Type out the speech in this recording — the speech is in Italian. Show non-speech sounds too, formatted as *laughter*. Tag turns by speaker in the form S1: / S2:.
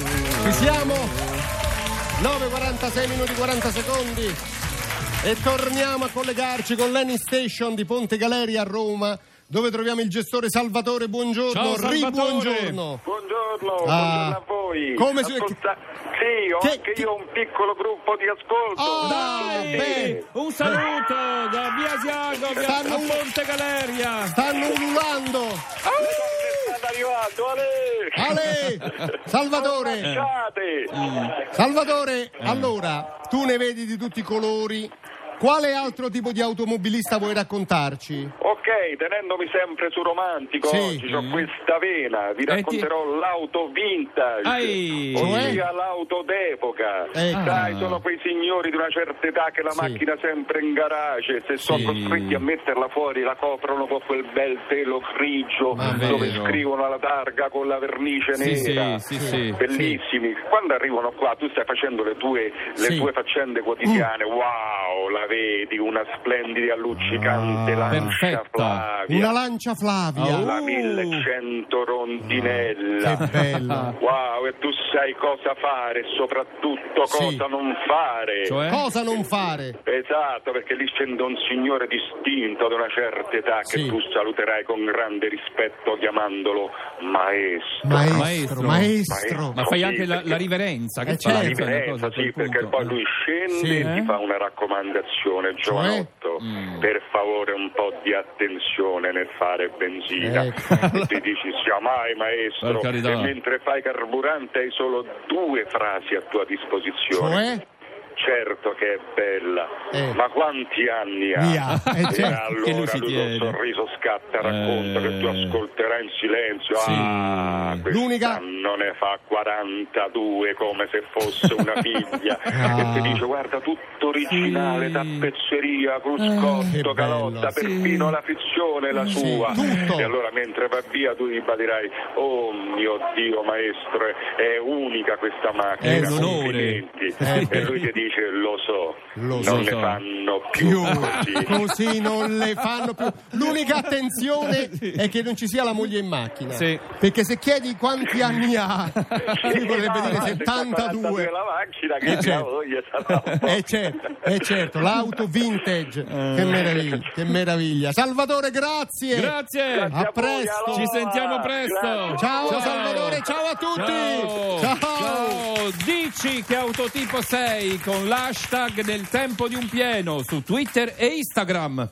S1: Ci siamo? 9.46 minuti 40 secondi e torniamo a collegarci con l'Eni Station di Ponte Galeria a Roma dove troviamo il gestore Salvatore, buongiorno,
S2: Ciao, Salvatore.
S1: ribuongiorno.
S3: Buongiorno,
S1: Ah.
S3: buongiorno a voi.
S1: Come si-
S3: Ascolta- Sì, ho
S1: Che-
S3: anche io un piccolo gruppo di ascolto.
S1: Oh,
S2: Dai,
S1: bene.
S2: un saluto da Via Siago via
S1: Stanno-
S2: a Monte Galeria.
S1: Stanno ululando!
S3: State arrivando,
S1: Ah.
S3: Ale!
S1: Ale! Salvatore! Eh.
S3: Baciate!
S1: Mm. Salvatore,
S2: Eh.
S1: allora, tu ne vedi di tutti i colori. Quale altro tipo di automobilista vuoi raccontarci?
S3: Ok, tenendomi sempre su romantico,
S1: Sì.
S3: oggi ho questa vela, vi racconterò l'auto
S2: Eh,
S3: vintage,
S2: Ai. Cioè? Eh.
S3: ossia l'auto d'epoca.
S1: Ecco.
S3: Sai, sono quei signori di una certa età che la
S1: Sì.
S3: macchina è sempre in garage e se sono costretti a metterla fuori la coprono con quel bel pelo grigio
S1: Ma
S3: dove
S2: vero.
S3: scrivono alla targa con la vernice nera.
S2: sì, sì.
S3: Bellissimi, quando arrivano qua tu stai facendo le tue, le
S1: Sì. Mm.
S3: tue faccende quotidiane, wow, la vedi, una splendida, luccicante
S1: Ah,
S3: lancia
S2: perfetta.
S3: Flavia.
S1: Una lancia Flavia.
S3: La
S2: Uh.
S3: 1100 rondinella.
S1: Che
S2: *laughs*
S1: bella.
S3: Wow, e tu sai cosa fare e soprattutto
S1: Sì.
S3: cosa non fare.
S2: Cioè?
S1: Cosa non fare?
S3: Esatto, perché lì scende un signore distinto di una certa età che
S1: Sì.
S3: tu saluterai con grande rispetto chiamandolo maestro.
S1: Maestro,
S2: Maestro.
S1: maestro.
S2: Ma fai anche la, la riverenza, che
S1: Eh,
S2: fai?
S1: certo.
S2: Cioè, una
S3: Eh,
S2: cosa, a
S3: sì,
S2: quel
S3: perché
S2: punto.
S3: poi lui scende
S1: Sì,
S3: e ti
S2: eh? Cioè? Mm.
S3: fa una raccomandazione, giovanotto, per favore un po' di attenzione nel fare benzina.
S1: Ecco.
S3: E ti dici sia mai
S2: Per
S3: maestro,
S2: carità.
S3: e mentre fai carburante hai solo due frasi a tua disposizione.
S1: Cioè?
S3: Certo che è bella,
S1: Eh.
S3: ma quanti anni ha?
S1: Via, eh,
S3: E
S1: certo.
S2: Che lui
S3: allora
S2: si
S3: lui col
S2: tiene.
S3: sorriso scatta, racconta che tu
S2: Eh.
S3: ascolterai in silenzio.
S2: Sì.
S3: Ah, questa
S1: L'unica-
S3: non ne fa 42 come se fosse
S1: *laughs*
S3: una figlia
S1: Ah.
S3: e ti dice guarda tutto originale
S2: Sì.
S3: tappezzeria
S1: Eh, che
S3: cruscotto
S1: bello.
S3: calotta perfino la fizione è la
S1: Sì,
S3: sua
S1: tutto.
S3: e allora mentre va via tu gli badirai oh mio dio maestro è unica questa macchina
S1: È un
S2: onore.
S3: complimenti."
S1: Eh.
S3: e lui ti dice lo so
S1: Lo
S3: non
S1: so.
S3: ne fanno più,
S1: più *laughs*
S3: *laughs* così
S1: così non le fanno più l'unica attenzione è che non ci sia la moglie in macchina
S2: Sì.
S1: perché se chiedi quanti anni ha lui potrebbe
S3: Eh,
S1: dire
S3: no, se fa
S1: 72
S3: la macchina
S1: Eh,
S3: che
S1: certo.
S3: la voglia
S1: *laughs*
S3: sarà un po'.
S1: eh certo, eh certo, l'auto vintage che meraviglia, che meraviglia Salvatore grazie
S2: Eh. Grazie.
S1: a
S3: Grazie voi,
S1: presto.
S3: allora.
S2: Ci sentiamo presto.
S3: Grazie.
S1: ciao, Salvatore ciao a tutti
S2: Ah, Ciao. Ciao. Dici che autotipo sei con l'hashtag del tempo di un pieno su Twitter e Instagram.